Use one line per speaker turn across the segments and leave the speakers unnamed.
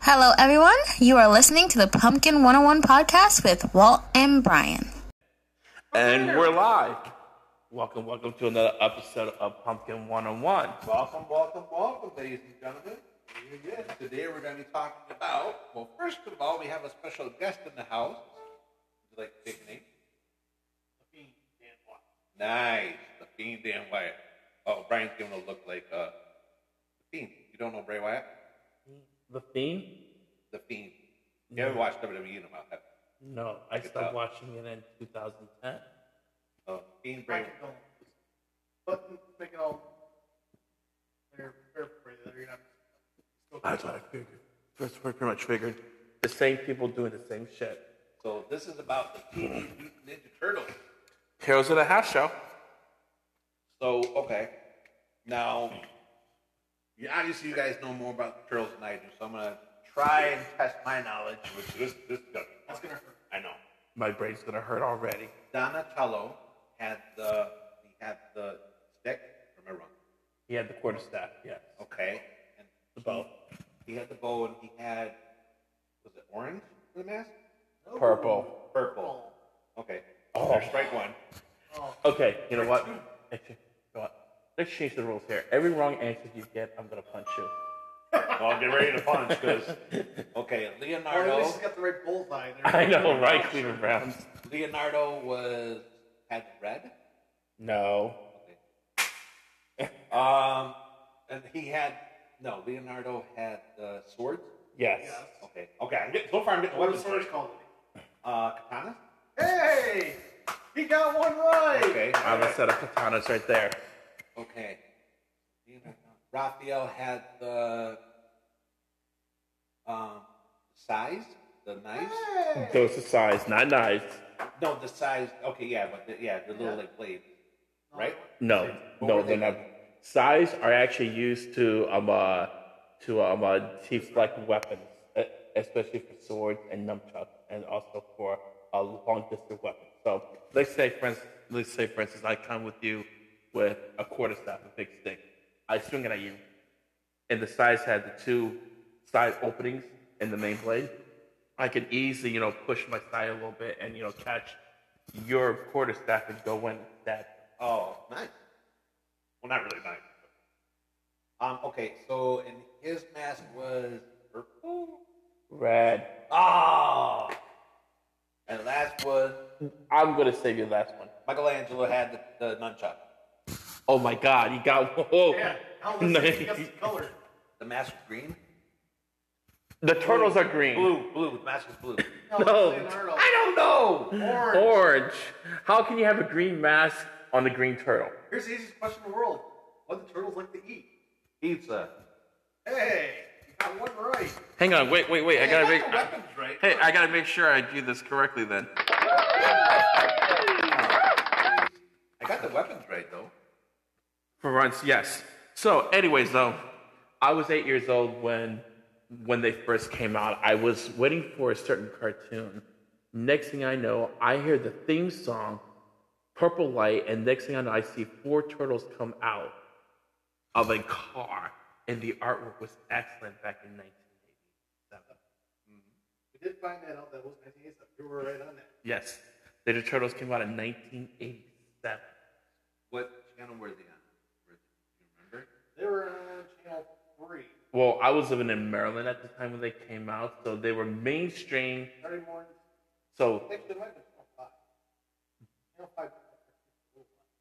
Hello, everyone. You are listening to the Pumpkin 101 podcast with Walt and Brian.
And we're live. Welcome, welcome to another episode of Pumpkin 101.
Welcome, welcome, welcome, ladies and gentlemen. Here it is. Today we're going to be talking about. Well, first of all, we have a special guest in the house. Would you like to take a name? The Fiend Dan White. Nice, the Fiend Dan Wyatt. Oh, Brian's giving a look like uh, the Fiend. You don't know Bray Wyatt?
The Fiend?
The Fiend. You ever watched WWE in a while? have you?
No, I
Check it
stopped
out.
watching it in 2010.
Oh, Fiend Bray.
Don't but make it all fair, fair for you. You're not
That's what I figured. That's what I pretty much figured. The same people doing the same shit.
So this is about the Teenage Mutant Ninja Turtles.
Heroes of the House Show.
So okay, now you, obviously you guys know more about the turtles than I do, so I'm gonna try and test my knowledge with this. This is gonna, that's gonna hurt. I know.
My brain's gonna hurt already.
Donatello had the he had the stick. Or am I wrong?
He had the quarter staff, yes.
Okay, and
The bow.
he had the bow, and he had was it orange for the mask?
Purple.
Purple. Okay.
Oh.
There's strike one.
Okay, you know what? Actually, you know what? Let's change the rules here. Every wrong answer you get, I'm gonna punch you.
I'll get ready to punch because okay, Leonardo.
Or at least he's Oh, got the right bullseye there.
I know, right, Cleveland Browns?
Leonardo was had red.
No.
Um, and he had no. Leonardo had uh, swords.
Yes.
Okay, okay. I'm getting, so far, I'm getting
What
weapons.
is first called
Uh, katana.
it? Hey! He got one right!
Okay,
I have a set of katanas right there.
okay. Leonardo. Raphael had the um size, the knives.
Dose of size, not knives.
No, the size. Okay, yeah, but the, yeah, the little like blade, right?
No,
What
no,
were they?
they're not. Size are actually used to um uh, to um uh, deflect weapons, e- especially for swords and nunchucks, and also for uh, long distance weapons. So let's say, for instance, let's say for instance, I come with you with a quarterstaff, a big stick. I swing it at you, and the sides had the two side openings in the main blade, I could easily, you know, push my side a little bit and, you know, catch your quarterstaff and go in that.
Oh, nice. Well, not really nice. Um. Okay, so and his mask was purple.
Red.
Ah. And last was
I'm going to save your last one.
Michelangelo had the, the nunchuck.
Oh my God, you got. Whoa.
Yeah, how was it? He got some
the
color.
The mask was green.
turtles are green.
Blue, blue. The mask was blue.
No.
Leonardo.
I don't know.
Orange.
Orange. How can you have a green mask on the green turtle?
Here's the easiest question in the world. What do turtles like to eat?
Pizza.
Hey! You got one right.
Hang on, wait, wait, wait. I gotta
Hey,
make.
the weapons right.
Hey, I gotta make sure I do this correctly then.
I got the weapons right though.
For runs, yes. So, anyways, though, I was eight years old when when they first came out. I was waiting for a certain cartoon. Next thing I know, I hear the theme song, "Purple Light," and next thing I know, I see four turtles come out of a car, and the artwork was excellent back in 1987.
Mm-hmm.
We did find that out. That was 1987. You were right on that.
Yes, the turtles came out in 1987.
What channel were they on? Were- Do you remember?
They were on channel 3.
Well, I was living in Maryland at the time when they came out, so they were mainstream.
Saturday morning.
So
Actually, it might have been channel 5. Oh, Channel 5.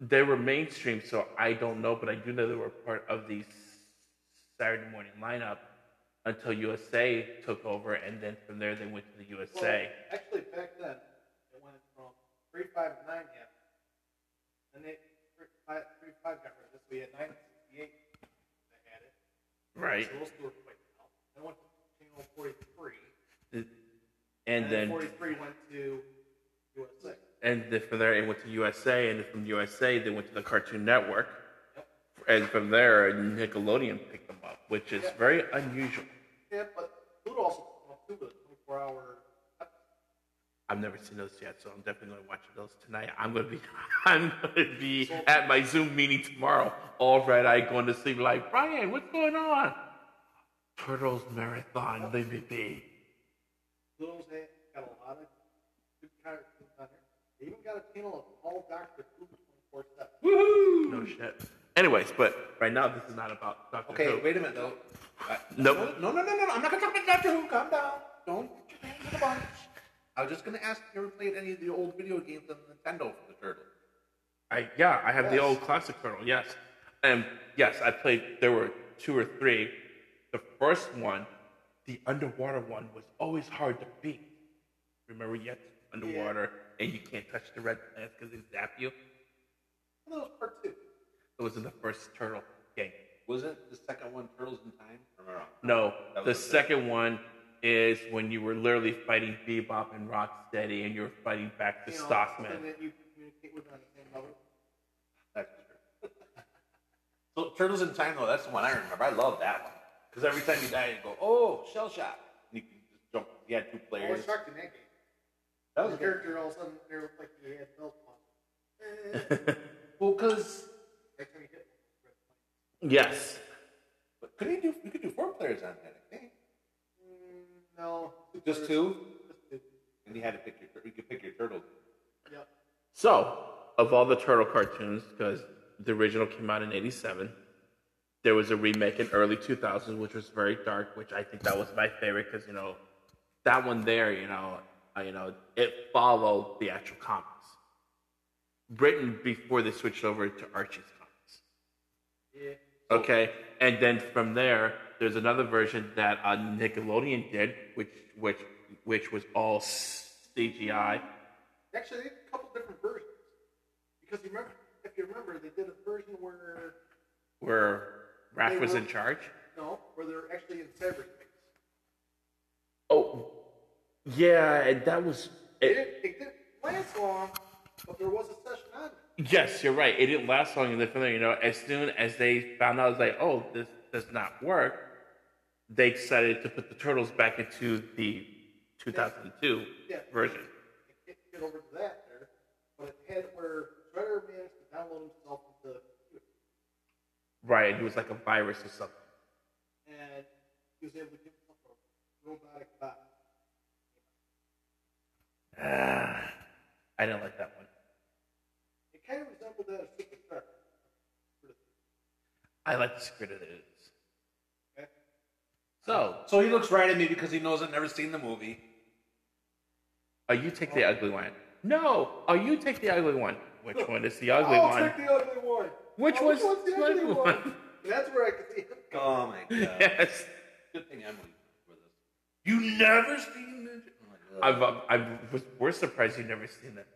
they were mainstream, so I don't know, but I do know they were part of the Saturday morning lineup until USA took over, and then from there they went to the USA.
Well, actually, back then, it went from 359 yet. And they, 35 35 got rid of this. We had 968 that had it.
right,
So those two were wiped out. Then it went to channel 43.
and then
43 went to USA.
and then from there it went to USA, and then from USA they went to the Cartoon Network, and from there Nickelodeon picked them up, which is very unusual.
Yeah, but Pluto also came up too with a 24 hour.
I've never seen those yet, so I'm definitely going to watch those tonight. I'm going to be, I'm going to be at my Zoom meeting tomorrow, all red eyed, going to sleep like Brian. What's going on? Turtles Marathon DVD.
Little's had got a lot of good characters on there. They even got a panel of all Doctor Who 24 7.
No shit. Anyways, but right now this is not about Doctor
Okay,
Who.
wait a minute though. I-
Nope.
No, no, no, no, no. I'm not gonna talk about Doctor Who. Calm down. Don't put your hands in a bunch. I was just gonna ask if you ever played any of the old video games on Nintendo for the Turtles.
I, yeah, I have the
Yes.
old classic turtle. Yes, and yes, I played. There were two or three. The first one, the underwater one, was always hard to beat. Remember, you have to be underwater and you can't touch the red plants because they zap you.
Well, that was part two.
It was in the first turtle game.
Wasn't the second one Turtles in Time? Or am I wrong?
No,
Oh, That
the
was the third.
second one is when you were literally fighting Bebop and Rocksteady, and you were fighting back the
You know,
Stockman.
something that you communicate with on the same level.
That's true. so Turtles in Time though, that's the one I remember. I love that one because every time you die, you go, "Oh, shell shock!" And you can just jump. You had two
I was
players.
shocked in that game.
That
The
was good.
character all of a sudden they looked like he had belt on.
Well, because
Every time you hit him,
Yes.
could you do? You could do four players on that. I think
Mm, no.
just two,
Just two.
and you had to pick your. tur- You could pick your turtle.
Yep.
So, of all the turtle cartoons, because the original came out in '87, there was a remake in early 2000s, which was very dark. Which I think that was my favorite because you know that one there, you know, uh, you know, it followed the actual comics, written before they switched over to Archie's comics.
Yeah.
Okay, and then from there, there's another version that uh, Nickelodeon did, which which which was all CGI.
Actually, they did a couple different versions. Because you remember, if you remember, they did a version where
where Raph
They
was
were-
in charge.
no, where they're actually in cyberspace.
Oh, yeah, and that was.
It
It,
didn't, it didn't last long, but there was a session on it.
yes, you're right. It didn't last long in the film. You know, as soon as they found out, it was like, oh, this does not work. They decided to put the turtles back into the 2002
Yeah.
version.
It can't get over to that there, but it had where Shredder managed to download himself into the computer,
Right, and it was like a virus or something.
and he was able to give himself a robotic body.
Ah, I didn't like that one.
It kind of resembled that of Superstar.
I like the secret of it.
Okay?
So,
So he looks right at me because he knows I've never seen the movie.
oh, you take the ugly one. No, oh, you take the ugly one. Which one is the ugly
I'll
one?
take the ugly one.
Which
oh,
was
one's the
the
ugly
ugly
one?
one?
That's where I could see him.
Oh my god!
Yes.
Good thing I'm leaving for this.
You never seen it?
Oh my God.
I've, uh, I've, was- we're surprised you've never seen it.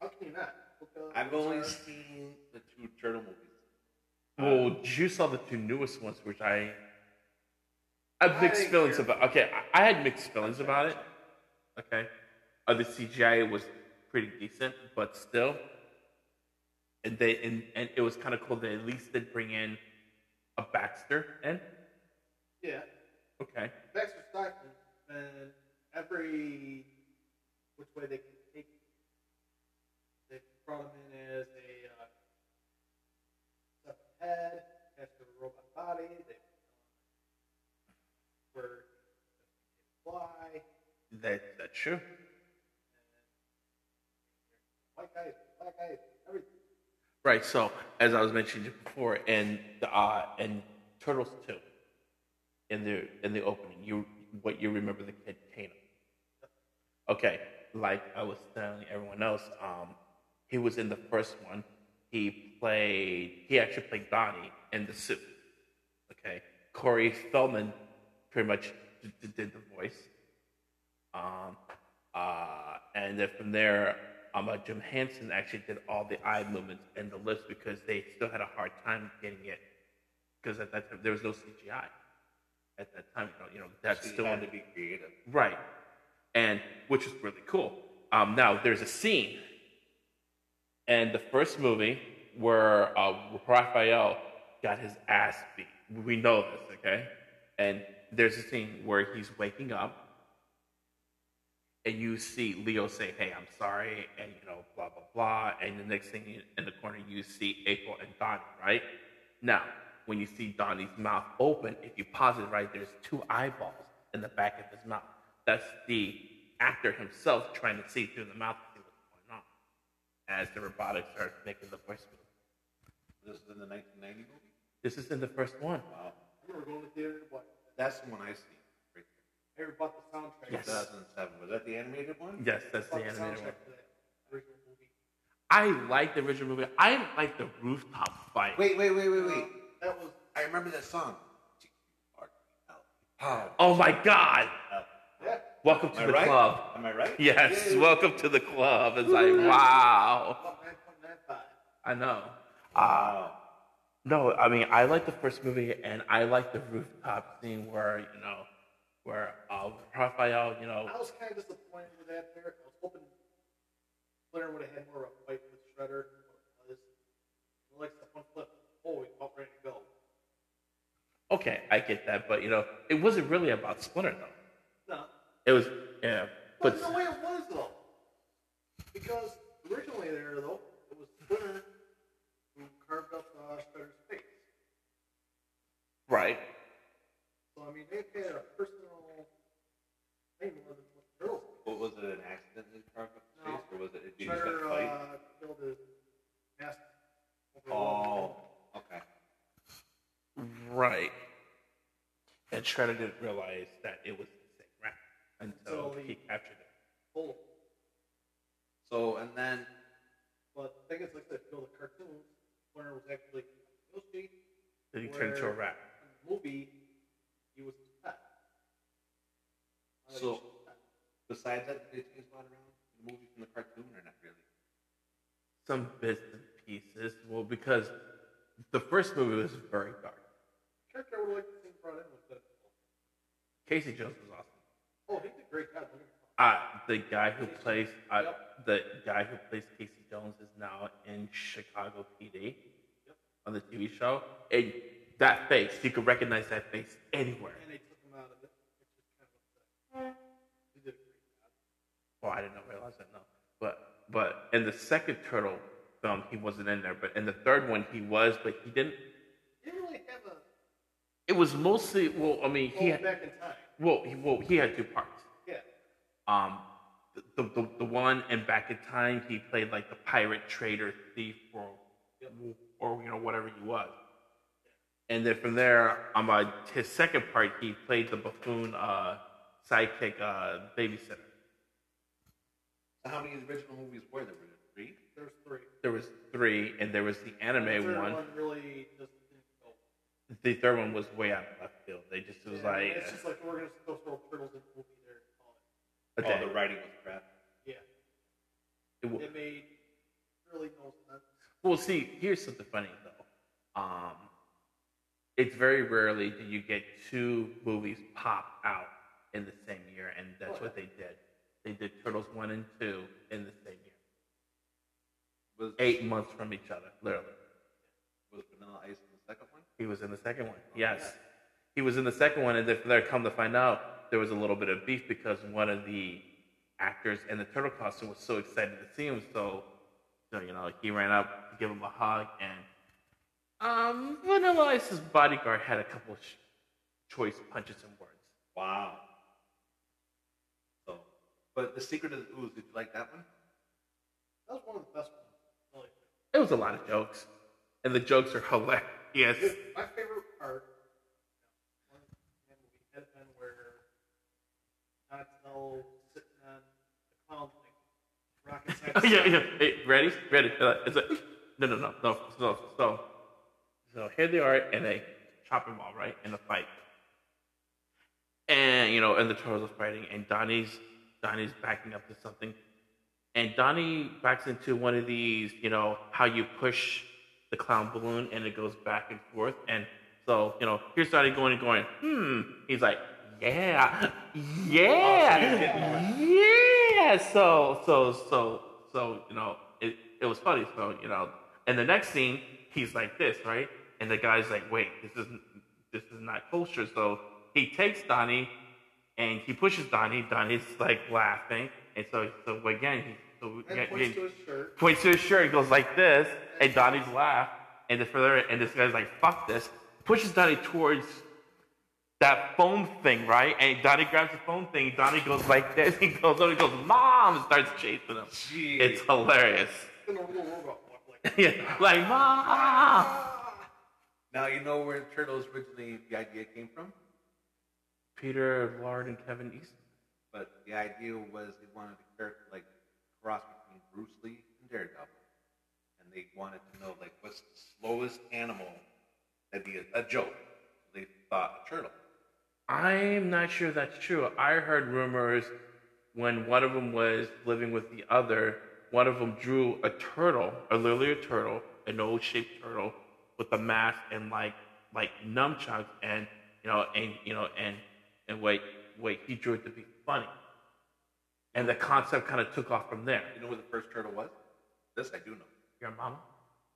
How can you not? Because
I've only
it's, uh,
seen the two turtle movies.
Well, you saw the two newest ones, which I, I have
I
mixed
didn't
feelings
care.
about. Okay, I, I had mixed feelings about it. Okay, uh, the CGI was pretty decent, but still, and they and, and it was kind of cool. They at least did bring in a Baxter in.
Yeah.
Okay,
Baxter Stockman, and every which way they could take it, they brought him in as a uh, separate head, attached to a robot body. They were fly.
that that's true.
White guys, black guys, everything.
Right. So as I was mentioning before, in the uh, in Turtles two, in the in the opening, you what you remember the kid Kano. Okay, like I was telling everyone else, um, he was in the first one. He played. He actually played Donnie in the suit. Okay, Corey Feldman pretty much d- d- did the voice. Um, uh, and then from there, um, uh, Jim Hansen actually did all the eye movements and the lips because they still had a hard time getting it because at that time there was no CGI. At that time, you know, you know that's
So you
still
had to be creative.
Right. And which is really cool. Um, now there's a scene in the first movie where uh, Raphael got his ass beat. We know this, okay? And there's a scene where he's waking up and you see Leo say, Hey, I'm sorry, and you know, blah blah blah. And the next thing you- in the corner you see April and Donnie, right? Now, when you see Donnie's mouth open, if you pause it right, there's two eyeballs in the back of his mouth. That's the actor himself trying to see through the mouth to see what's going on. As the robotics starts making the voice move.
This is in the 1990 movie.
This is in the first one.
Wow,
I remember going to theater to watch. it.
that's the one I see. Right
I ever bought the soundtrack.
Yes.
I
2007. Was that the animated one?
Yes, that's the
bought the
animated one.
soundtrack for that original movie.
I like the original movie. I like the rooftop fight.
Wait, wait, wait, wait, wait.
That was
I remember Uh, that song. Pow.
Oh my God!
that.
Welcome
Am
to
I
the
right?
club.
Am I right?
Yes,
Yeah.
welcome to the club. It's like wow.
About nine point nine five.
I know. Uh,
Wow.
No, I mean I like the first movie, and I like the rooftop scene where you know where uh, Raphael, you know,
I was kind of disappointed with that there. I was hoping Flair would have had more of a fight with Shredder. Or this. Like the one flip. Oh, we about ready to go.
okay, I get that, but you know, it wasn't really about Splinter though.
No.
It was yeah,
But
but
no way it was though. Because originally there though, it was Splinter who carved up uh, Shredder's face.
right,
So I mean they had a personal thing more than what the girls.
What was it? An accident that carved up the
No.
face, or was it? Did you just
Shredder
get fight?
uh, killed his master.
oh. Okay.
right. And Shredder didn't realize that it was the same rap until
Until
he
he-
captured it.
Full.
So and then
But I think it's like the you know, the cartoons. Warner was actually Yoshi.
Then he turned into a
where
rat.
In the movie, he was fat.
So- besides that, did they change a lot around in the movie from the cartoon or not really?
Some bits and pieces. Well, because the first movie was very dark.
character I would like to see brought in was Deadpool.
Casey Jones was awesome.
Oh, he did a great job. Don't get me wrong.
Uh, the guy who plays uh, the guy who plays Casey Jones is now in Chicago PD on the TV show, and that face you could recognize that face anywhere.
And they took him out of it, which is kind of upset. He did a great job.
Well, I didn't know- realize that. No, but but in the second Turtle film he wasn't in there, but in the third one he was, but he didn't.
He didn't really have a
It was mostly well, I mean he
yeah.
had,
back in time.
well he, well he had two parts.
Yeah.
um, the, the, the one and back in time he played like the pirate trader thief or, or you know whatever he was and then from there on my his second part he played the buffoon uh, sidekick uh, babysitter
So how many original movies were there? Were there three?
There's three.
there was three and there was the anime
The third
one.
really just didn't go.
the third one was way out of left field they just it was
Yeah, I mean,
like
it's just like we're gonna still throw turtles in the movie there. and call
a
it.
day.
Oh, the writing was crap.
Yeah.
It wa-
It made really no sense.
Well, see, here's something funny though. Um, it's very rarely do you get two movies pop out in the same year, and that's what they did. They did Turtles one and two in the same year,
Was
eight months from each other, literally.
was Vanilla Ice in the second one?
He was in the second one. Yes, he was in the second one, and then from there, come to find out, there was a little bit of beef because one of the actors in the turtle costume was so excited to see him, so so, you know he ran up to give him a hug, and um, Vanilla Ice's bodyguard had a couple sh- choice punches and words.
Wow. So, but the Secret of the Ooze. Did you like that one?
That was one of the best ones. Really.
It was a lot of jokes, and the jokes are hilarious.
Dude, my favorite part, one man movie, has been where Todd Snow sitting on the clown thing, rocket science.
Oh, yeah, yeah. Hey, ready? Ready. Uh, It's like, no, no, no, no, no. So, so here they are in a chopping mall, right? In a fight. And, you know, and the turtles are fighting, and Donnie's, Donnie's backing up to something. And Donnie backs into one of these, you know, how you push the clown balloon and it goes back and forth. And so, you know, here's Donnie going and going, hmm. He's like, yeah, yeah, yeah. So, so, so, so, you know, it, it was funny. So, you know, and the next scene, he's like this, right? And the guy's like, wait, this isn't, this is not kosher. So he takes Donnie and he pushes Donnie. Donnie's like laughing, and so so again he so
And
yeah,
points
yeah,
to his shirt.
points to his shirt and goes like this, and Donnie's laugh, and then further and this guy's like fuck this, pushes Donnie towards that phone thing, right? And Donnie grabs the phone thing. Donnie goes like this. He goes, Donnie goes, mom, and starts chasing him.
Gee.
It's hilarious.
Then a little robot walk like that.
Yeah, like mom.
Ah.
Now you know where Turtles originally the idea came from,
Peter, Lard, and Kevin East.
but the idea was they wanted a character like cross between Bruce Lee and Daredevil, and they wanted to know like what's the slowest animal that'd be a, a joke. They thought a turtle.
I'm not sure that's true. I heard rumors when one of them was living with the other, one of them drew a turtle, a literally a turtle, an old shaped turtle with a mask and like like nunchucks and you know and you know and and wait wait he drew it to be funny, and the concept kind of took off from there.
You know where the first turtle was? This I do know.
Your mama?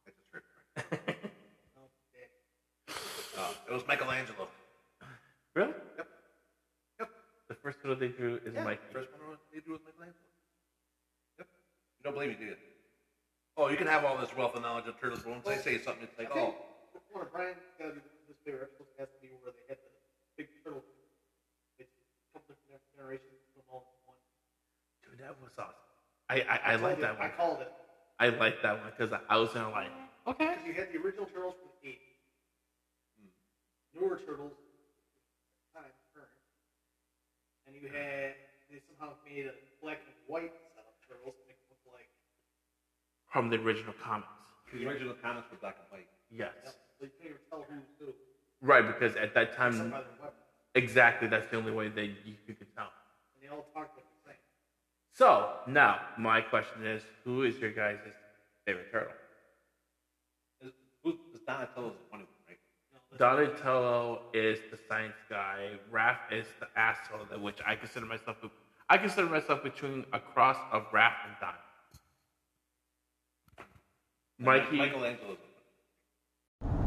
That's a turtle. Oh, Uh, it was Michelangelo.
Really?
Yep. Yep.
The first turtle they drew is
Yeah,
like
first one was- they do with Michelangelo. Yep. You don't believe me, do you? Oh, you can have all this wealth and knowledge of turtles, but once I say something, it's like, oh,
One of Brian's got to do this favorite episode has to be where they had the big turtle. It's a couple different generations from all in one.
Dude, that was awesome. I I, I like that one.
I called it.
I like that one because I was gonna like. Okay.
Because you had the original Turtles from the 80s. Hmm. Newer Turtles, kind of current. And you had, they somehow made a black and white set of Turtles to make it look like,
From the original comics.
the original comics were black and white.
Yes.
so you can't even tell who's who.
Right, because at that
Except
time,
by their weapons.
exactly, that's the only way that you, you could tell.
And they all talked like the same.
So now, my question is, who is your guys' favorite turtle?
Is, who, is Donatello's the funny one, right?
You know, that's-
Donatello is the science guy. Raph is the asshole, that which I consider myself. a- I consider myself between a cross of Raph and Don.
And
Mikey,
Michelangelo's the funny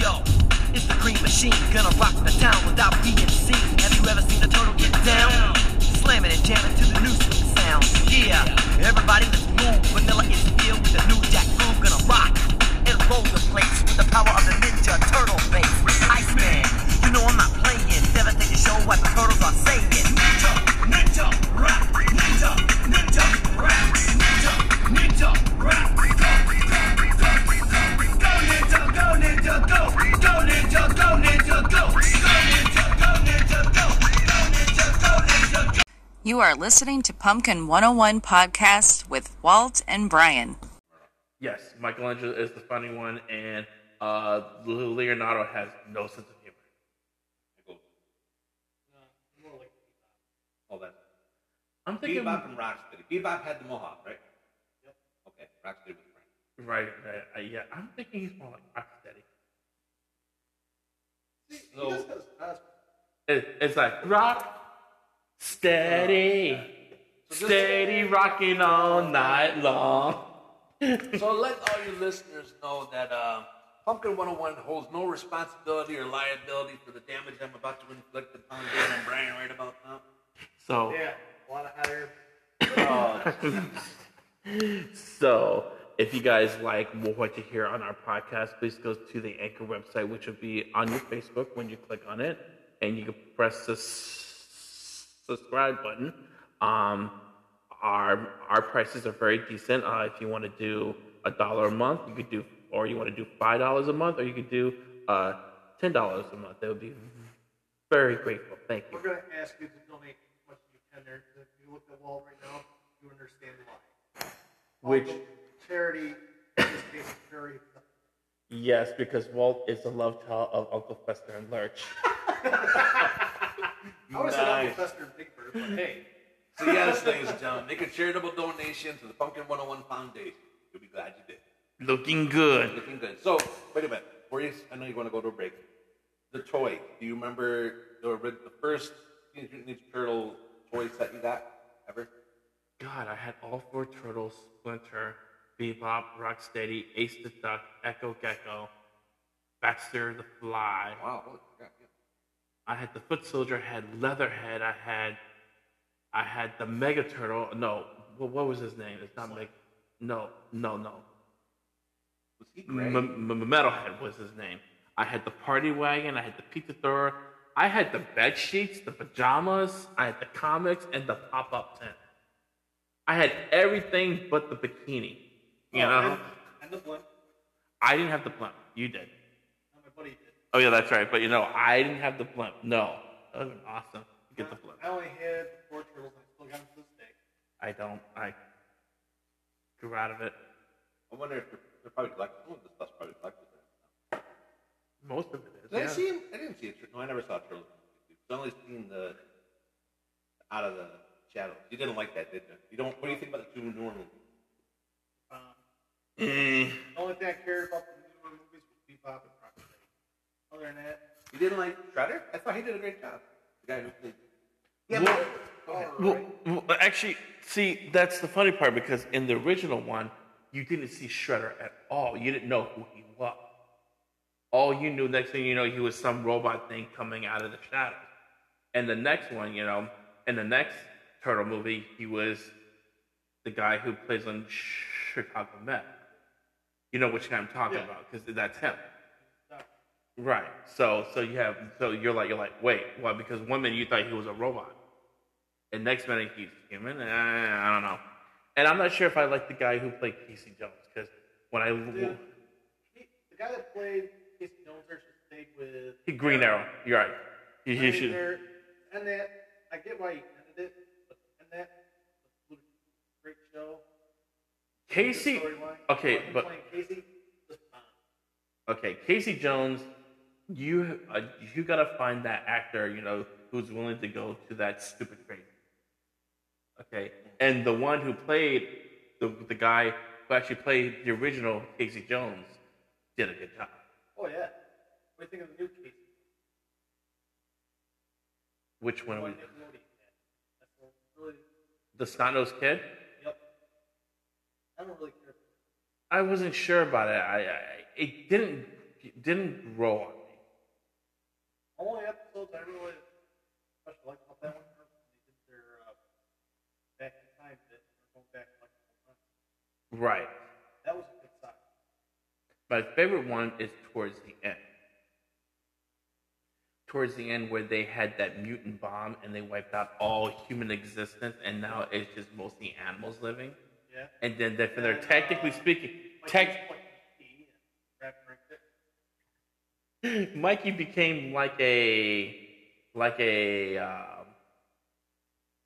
Yo, it's the green machine, gonna rock the town without being seen. Have you ever seen a turtle get down? Slamming and jamming to the new swing sound. Yeah, everybody let's move. Vanilla is here with the new jack groove, gonna rock and roll the place with the power of the ninja turtle face. Iceman, you know I'm not playing. Devastate the show what the turtles are saying. Ninja, ninja, rap, ninja, ninja, rap, ninja, ninja, rap, go, go, go, go. Go ninja, go ninja, go! Go ninja, go ninja, go! Go ninja, go ninja, go! Go ninja, go ninja, go!
You are listening to Pumpkin 101 Podcast with Walt and Brian.
Yes, Michelangelo is the funny one, and uh, Leonardo has no sense of humor.
one. Michael-
No, more like
Oh, that.
I'm thinking
Bebop and Rocksteady. Bebop had the mohawk, right? Yep. Okay, Rocksteady was right.
right, right, uh, yeah. I'm thinking he's more like Rocksteady.
So-
he just has us.
It, it's like rock steady, steady rocking all night long.
So let all you listeners know that uh, Pumpkin 101 holds no responsibility or liability for the damage I'm about to inflict upon Dan and Brian right about now.
So,
Yeah, a lot of hot air.
so if you guys like more what you hear on our podcast, please go to the Anchor website, which will be on your Facebook when you click on it, and you can press the s- subscribe button. Um, our our prices are very decent. Uh, if you want to do a dollar a month, you could do, or you want to do five dollars a month, or you could do uh, ten dollars a month. That would be very grateful. Thank you.
We're going to ask you to donate as much as you can there. 'cause If you look at Walt right now, you understand why.
Which-
Although charity, in this case, is very
Yes, because Walt is the love child of Uncle Fester and Lurch.
I would have said Uncle Fester and Big Bird, but hey,
So yes, ladies and gentlemen, make a charitable donation to the Pumpkin 101 Foundation. You'll be glad you did.
Looking good.
Looking good. So wait a minute. Where you, I know you want to go to a break. The toy. Do you remember the, ori- the first Teenage Mutant Ninja Turtle toy set you got ever?
God, I had all four turtles: Splinter, Bebop, Rocksteady, Ace the Duck, Echo Gecko, Baxter the Fly.
Wow. holy crap, yeah.
I had the Foot Soldier, I had Leatherhead, I had, I had the Mega Turtle. No, what, what was his name? It's not Mega. No, no, no.
Was he great?
M- M- Metalhead was his name. I had the party wagon. I had the pizza thrower. I had the bed sheets, the pajamas. I had the comics and the pop-up tent. I had everything but the bikini. You know,
And, and the blimp.
I didn't have the blimp. You did.
No, my buddy did.
Oh yeah, that's right. But you know, I didn't have the blimp. No, that would have been awesome. to Get the blimp.
I only had four turtles and I still got them to this day.
I don't. I grew out of it.
I wonder if they're, they're probably like some of the stuff's probably like
Most of it is.
Did I
yeah.
see him? I didn't see a turtle. No, I never saw a turtle. I've only seen the out of the shadows. You didn't like that, did you? You don't. What do you think about the two normal?
Um,
Eh.
the only thing I cared about from the Superman movies was Bebop and Rocksteady. Other than that,
You didn't like Shredder? I thought he did a great job. Oh, The guy who played.
Yeah,
Well-
but-
Go ahead.
Well, well, actually, see, that's the funny part because in the original one, you didn't see Shredder at all. You didn't know who he was. All you knew, next thing you know, he was some robot thing coming out of the shadows. And the next one, you know, in the next Turtle movie, he was the guy who plays on Chicago Met. You know which guy I'm talking
Yeah.
about because that's him.
no.
Right. So so you have so you're like you're like wait why because one minute you thought he was a robot, and next minute he's human. Eh, I don't know, and I'm not sure if I like the guy who played Casey Jones because when I
Dude, he, the guy that played Casey Jones there should have stayed with.
he, Green Arrow, you're right. He,
I
he
mean,
should.
there- And that, I get why he ended it, but and that, was a great show. The
Casey.
storyline.
Okay,
Him
but
playing Casey was fine.
okay, Casey Jones, you uh, you gotta find that actor, you know, who's willing to go to that stupid crazy. Okay, and the one who played the the guy who actually played the original Casey Jones did a good job.
Oh yeah. What do you think of the new Casey?
Which one?
Why
Was,
Nick Nolte in that? That's what really.
the Snot-Nosed Kid.
Yep. I don't really care.
I wasn't sure about it. I, I it didn't it didn't grow on me.
Only episodes I really especially liked about that one was when they did their uh, back in time bit. They're going back like a whole month.
Right.
That was a good side.
My favorite one is towards the end. Towards the end, where they had that mutant bomb and they wiped out all human existence, and now it's just mostly animals living.
Yeah.
And then they're, they're technically speaking,
Like
tech,
Like E and Rap Rank Dick.
Mikey became like a like a um,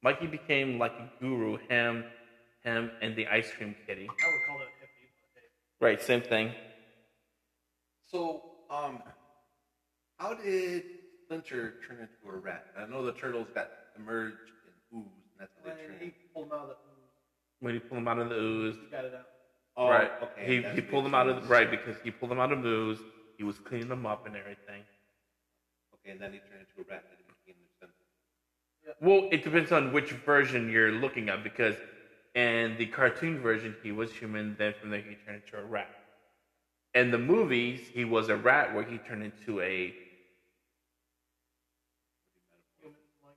Mikey became like a guru. Him, him, and the ice cream kitty.
I would call that a hippie, but hey.
Right, same thing.
So, um, how did Splinter turn into a rat? I know the turtles got emerged in ooze, and that's how
And
they
then
turned.
he
into-
pulled him out of the
When you pull him out of the ooze,
he got it out.
Oh,
right.
okay,
he
that's
he
the
pulled them out of
ooze.
right because he pulled them out of moves. He was cleaning them up and everything.
Okay, and then he turned into a rat, and then he became the Splinter.
Well, it depends on which version you're looking at because in the cartoon version he was human, then from there he turned into a rat. In the movies, he was a rat where he turned into a
Human like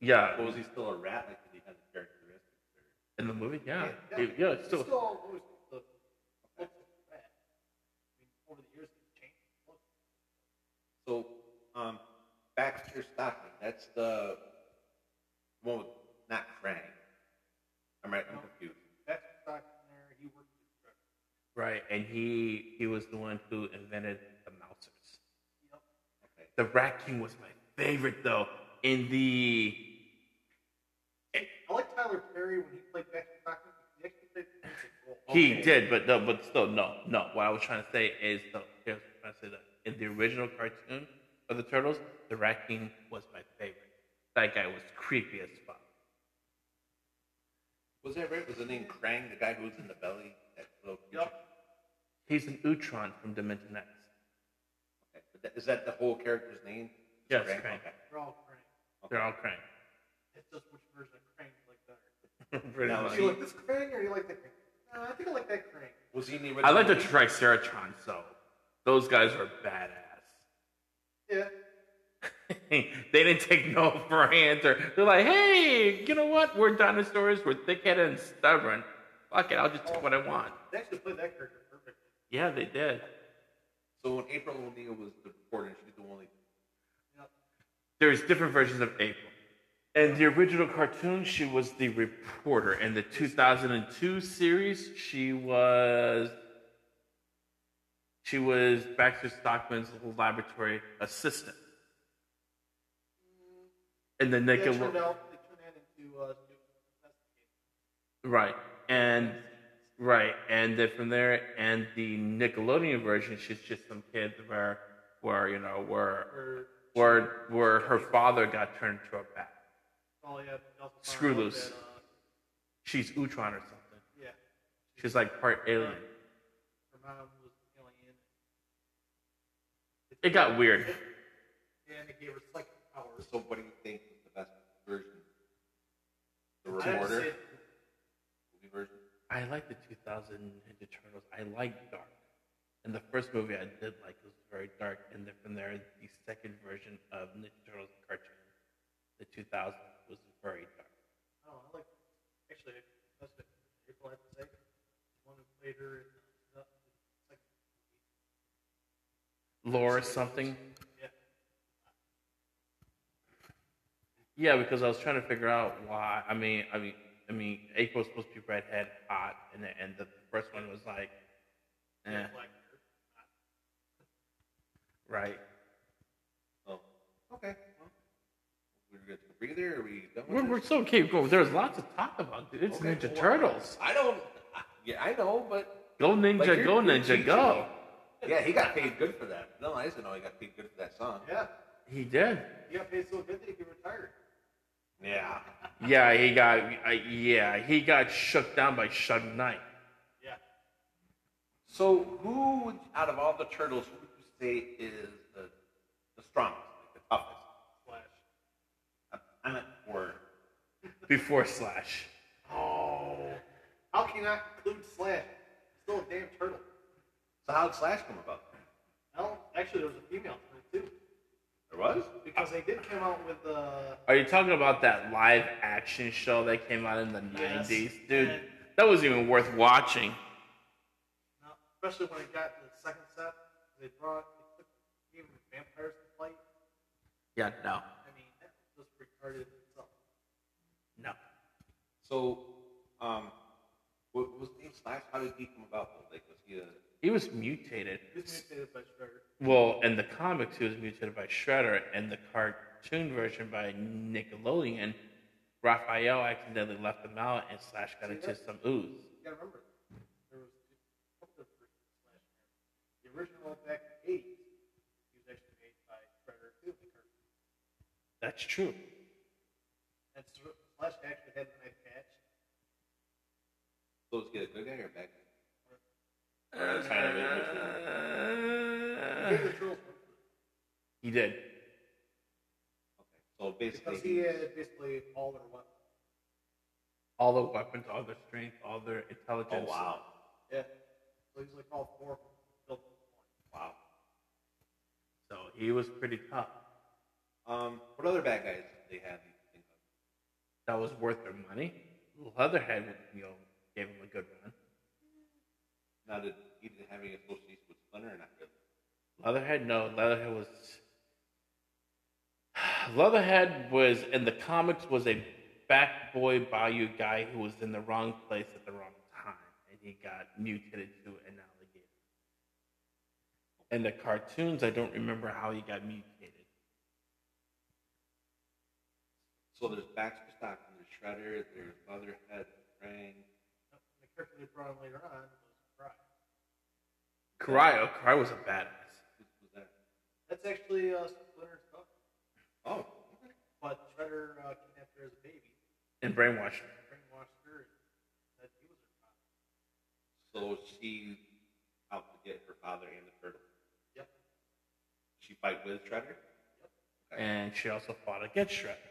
yeah.
But was he still a rat? Like, did he have the characteristics? Or...
In the movie, yeah,
Yeah,
yeah,
yeah.
It, yeah, it's
It's
still
still always the look of that. I mean, over the years they've changed. the look.
So, um, Baxter Stockman, that's the one with not Krang. I'm right, I'm confused.
That's back in there. He worked with the truck.
right. And he he was the one who invented the mousers.
Yep.
Okay.
The Rat King was my favorite though. In the
I like Tyler Perry when he played Baxter Stockman. He actually played the music role.
He
Okay.
did, but no, but still, no, no. What I was trying to say is, no, here's what I said. In the original cartoon of the Turtles, the Rat King was my favorite. That guy was creepy as fuck.
Was that right? Was the name Krang, the guy who was in the belly? That little creature?
Yep.
He's an Utron from Dimension X.
Okay. But that, is that the whole character's name?
Yes, Krang.
Okay.
They're all Crane.
They're all crying.
It's just which version of Crane is like better.
Pretty
Now,
much.
Do you like this crank or do you like that crank? No, Uh, I think I like that crank.
Was he in the
I like the
original
Triceratron, so those guys are badass.
Yeah.
they didn't take no for an answer. They're like, hey, you know what? We're dinosaurs. We're thick-headed and stubborn. Fuck it, I'll just do what I want.
They actually played that character perfectly.
Yeah, they did.
So when April O'Neil was the reporter, she was the only.
There's different versions of April. In the original cartoon, she was the reporter. In the 2002 series, she was she was Baxter Stockman's laboratory assistant. And the
They
Nickel
turned out, they turned that into uh, new investigators.
Right. And right. And then from there and the Nickelodeon version, she's just some kid where where, you know, where
Or,
where where her father got turned into a bat.
oh, yeah, they also found
Screw
out
loose.
That, uh,
She's Utron or something.
yeah,
She's like part alien.
her mom was alien.
It got weird.
And it gave her psychic powers.
So what do you think was the best version? The
I have to
reporter
say,
movie version.
I like the 2000 Ninja Turtles. I like dark. And the first movie I did like was very dark. And then from there, the second version of Ninja Turtles cartoon, the 2000 was very dark.
oh, I don't know, I like, actually, that's the April I have to say. The One who played her in the, the second
Lore something.
movie. Yeah.
Yeah, because I was trying to figure out why. I mean, I mean, I mean, April's supposed to be redhead hot, and the, and the first one was like, eh,
Black hair.
right.
Oh, okay. Well, we're good to breathe there. Are we done with
We're,
this?
we're so keep going. There's lots to talk about, dude. It's
Okay,
Ninja
well,
Turtles.
I don't. I, yeah, I know, but
Go Ninja,
like, you're-
go
you're
Ninja,
teaching
go.
me. Yeah, he got paid good for that. No, I didn't know he got paid good for that song.
Yeah.
He did.
You got paid so good that you can retire.
Yeah.
Yeah, he got. Uh, yeah, he got shook down by Shug Knight.
Yeah.
So who, would, out of all the turtles, who would you say is the the strongest, like the toughest?
Flash.
I meant for
Before Slash,
Oh. How can you not include Slash? Still a damn turtle.
So how did Slash come about?
Well, actually, there was a female turtle too.
There was.
Because they did come out with uh,
are you talking about that live action show that came out in the
Yes.
nineties, dude? That wasn't even worth watching.
no, especially when it got the second set, they brought they took even vampires to fight.
Yeah, no,
I mean, that was just retarded in itself.
no.
So, um, what was name Slash? How did he come about? Though? Like, was he a
He was mutated.
It was mutated by Shredder.
Well, in the comics, he was mutated by Shredder, and the cartoon version by Nickelodeon. Raphael accidentally left him out, and Slash got into some ooze.
You gotta remember, there was a couple of versions of Slash. The original back in the 80s, he was actually made by Shredder too. The cartoon.
That's true.
And Sl- Slash actually had an eye patch.
so was he a good guy or a bad guy?
He gave the turtles one for
He did.
Okay. So basically,
Because he had basically all their weapons.
All the weapons, all their strength, all their
oh
intelligence.
wow,
Yeah. So he's like all four of them. built into one.
wow.
So he was pretty tough.
Um, what other bad guys did they have? you think of?
That was worth their money. Leatherhead, you know, gave him a good run.
Now, did he didn't have any association with Splinter or not really?
Leatherhead, no, Leatherhead was. Leatherhead was in the comics was a back boy Bayou guy who was in the wrong place at the wrong time, and he got mutated to an alligator. In the cartoons, I don't remember how he got mutated.
So there's Baxter Stockman, there's Shredder, there's Leatherhead, Krang.
And the character they brought in later on was Fry.
Karai, oh, Karai was a badass.
Who was that?
That's actually uh, Splinter's daughter.
Oh, okay.
But Shredder uh, kidnapped her as a baby,
And brainwashed her.
brainwashed her, and said he was her father.
so she out to get her father and the turtle.
Yep.
She fight with Shredder.
and she also fought against Shredder.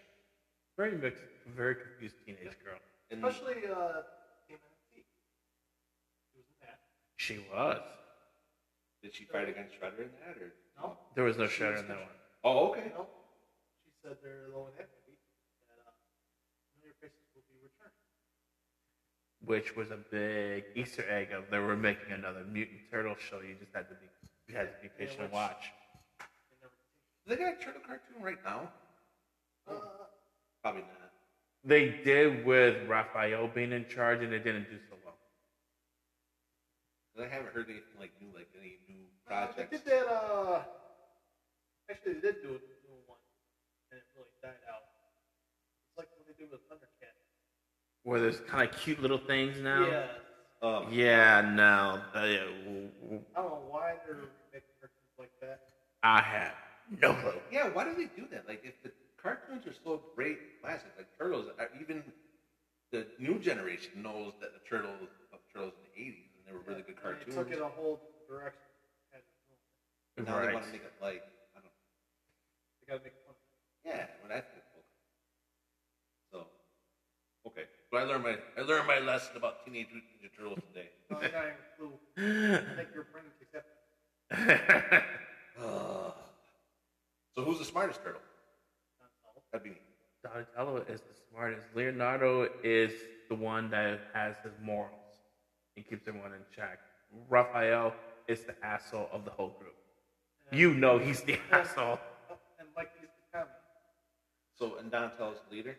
Very mixed, very confused teenage girl.
Is
Especially uh, MNC. He was in that.
She was.
Did she fight against Shredder in that, or?
No,
There was no shredder in that one.
Oh, okay.
no. She said they're low in equity. That uh, familiar faces will be returned.
Which was a big Easter egg of they were making another mutant turtle show. You just had to be you had to be patient and watch.
They never continued.
They got a turtle cartoon right now. Hmm.
Uh,
Probably not.
They did with Raphael being in charge and they didn't do so well.
'Cause I haven't heard anything like new, like any new
Uh, They
projects.
did that. Uh, actually, they did do a new one, and it really died out. It's like what they do with Thundercat.
Where there's kind of cute little things now.
Yeah,
Um,
Yeah, no. Uh, yeah, w- w-
I don't know why they're making cartoons like that.
I had no clue.
Yeah, why do they do that? Like, if the cartoons are so great classics, like Turtles, uh, even the new generation knows that the Turtles of Turtles in the '80s and they were really good
And they
cartoons.
took it a whole direction. Had it wrong.
now they
Right.
want to make it like, I don't know.
They gotta make fun. of it.
Yeah, well, that's cool. So, okay. But I learned my I learned my lesson about Teenage Mutant Ninja Turtles today.
No, I got a clue. I think your brain picks up.
Uh, so, who's the smartest turtle? That'd be me.
Donatello is the smartest. Leonardo is the one that has his morals and keeps everyone in check. Raphael is the asshole of the whole group. You know he's the asshole.
Oh, and Mike is the comic.
So, and Donatello's the leader.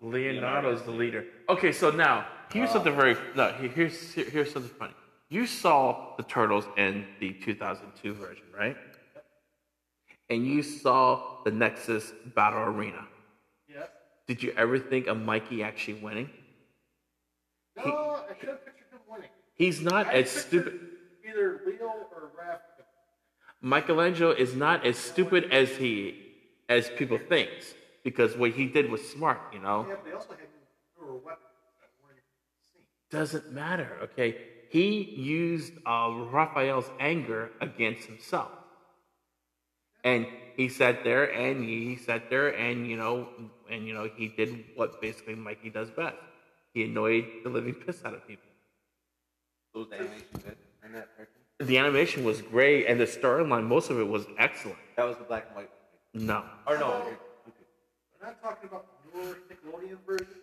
Leonardo's the leader. Okay, so now here's something very no. here- Here's here- here's something funny. You saw the turtles in the 2002 version, right? And you saw the Nexus Battle Arena.
Yes.
Did you ever think of Mikey actually winning?
No, I should have pictured him winning.
He's not
I
as
pictured
stupid.
Either Leo or Raph.
Michelangelo is not as stupid as he as people thinks because what he did was smart, you know.
Yeah, but they also had newer weapons that weren't seen.
Doesn't matter, okay? He used uh, Raphael's anger against himself, and he sat there and he sat there and you know and you know he did what basically Mikey does best. He annoyed the living piss out of people.
Those animations good in that cartoon.
The animation was great, and the storyline, most of it was excellent.
That was the black and white.
No,
Or no,
Oh.
you're- okay.
We're not talking about the newer Nickelodeon version,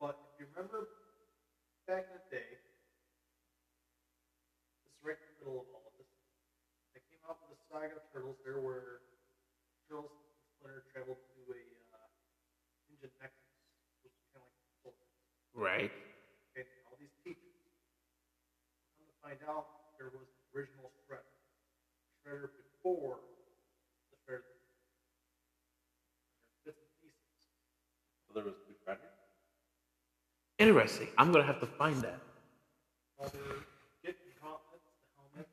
but if you remember back in the day, this is right in the middle of all of this. They came out with a saga of turtles. There were turtles and Splinter traveled to a uh, ninja nexus, which is kind of like a soldier.
right?
okay, all these teachers. Come to find out, there was an original Shredder. Shredder before the Shredder. Bits and pieces.
So there was Blue Friday.
Interesting. I'm gonna have to find that.
All their get gauntlets, the helmet,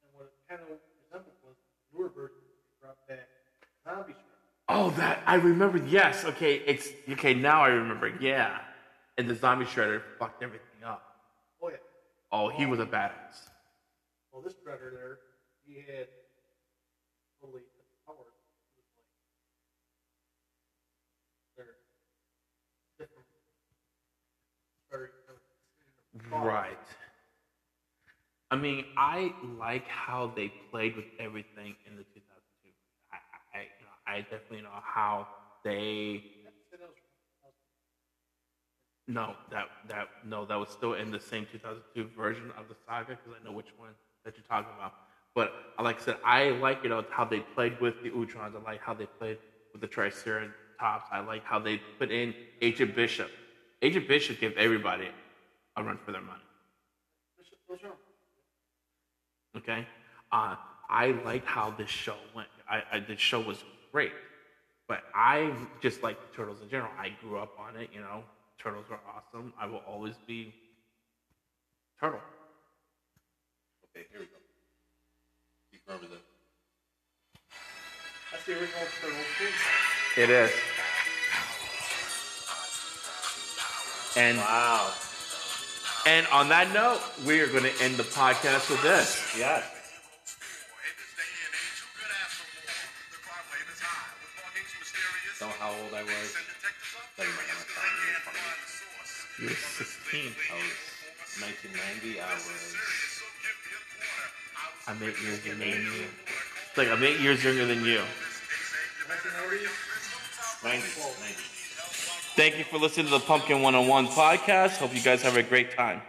and what it kind of resembled was newer version brought back zombie Shredder.
Oh, that I remember. Yes. Okay. It's okay. Now I remember. Yeah. And the zombie shredder fucked everything up.
Oh yeah.
Oh, he was a badass.
Well, this Shredder there, he had totally the power. He was like, they're different. Very, very
Right. I mean, I like how they played with everything in the 2002. I, I, I- you know, I definitely know how they. No, that that no, that was still in the same 2002 version of the saga because I know which one that you're talking about. But uh, like I said, I like you know how they played with the Utrons. I like how they played with the Triceratops. I like how they put in Agent Bishop. Agent Bishop gave everybody a run for their money. Okay, uh, I like how this show went. I, I this show was great, but I just like turtles in general. I grew up on it. You know, turtles were awesome. I will always be turtle.
Okay, here we go. You can remember the
That's the original Turtles theme.
It is. And
Wow.
and on that note, we are going to end the podcast with this.
Yes.
Know
Know how old I was? Never mind, I'm not
You were 16.
I was 1990. I was.
I'm eight years younger than you. It's like I'm eight years younger than you.
90, 90.
Thank you for listening to the Pumpkin 101 podcast. Hope you guys have a great time.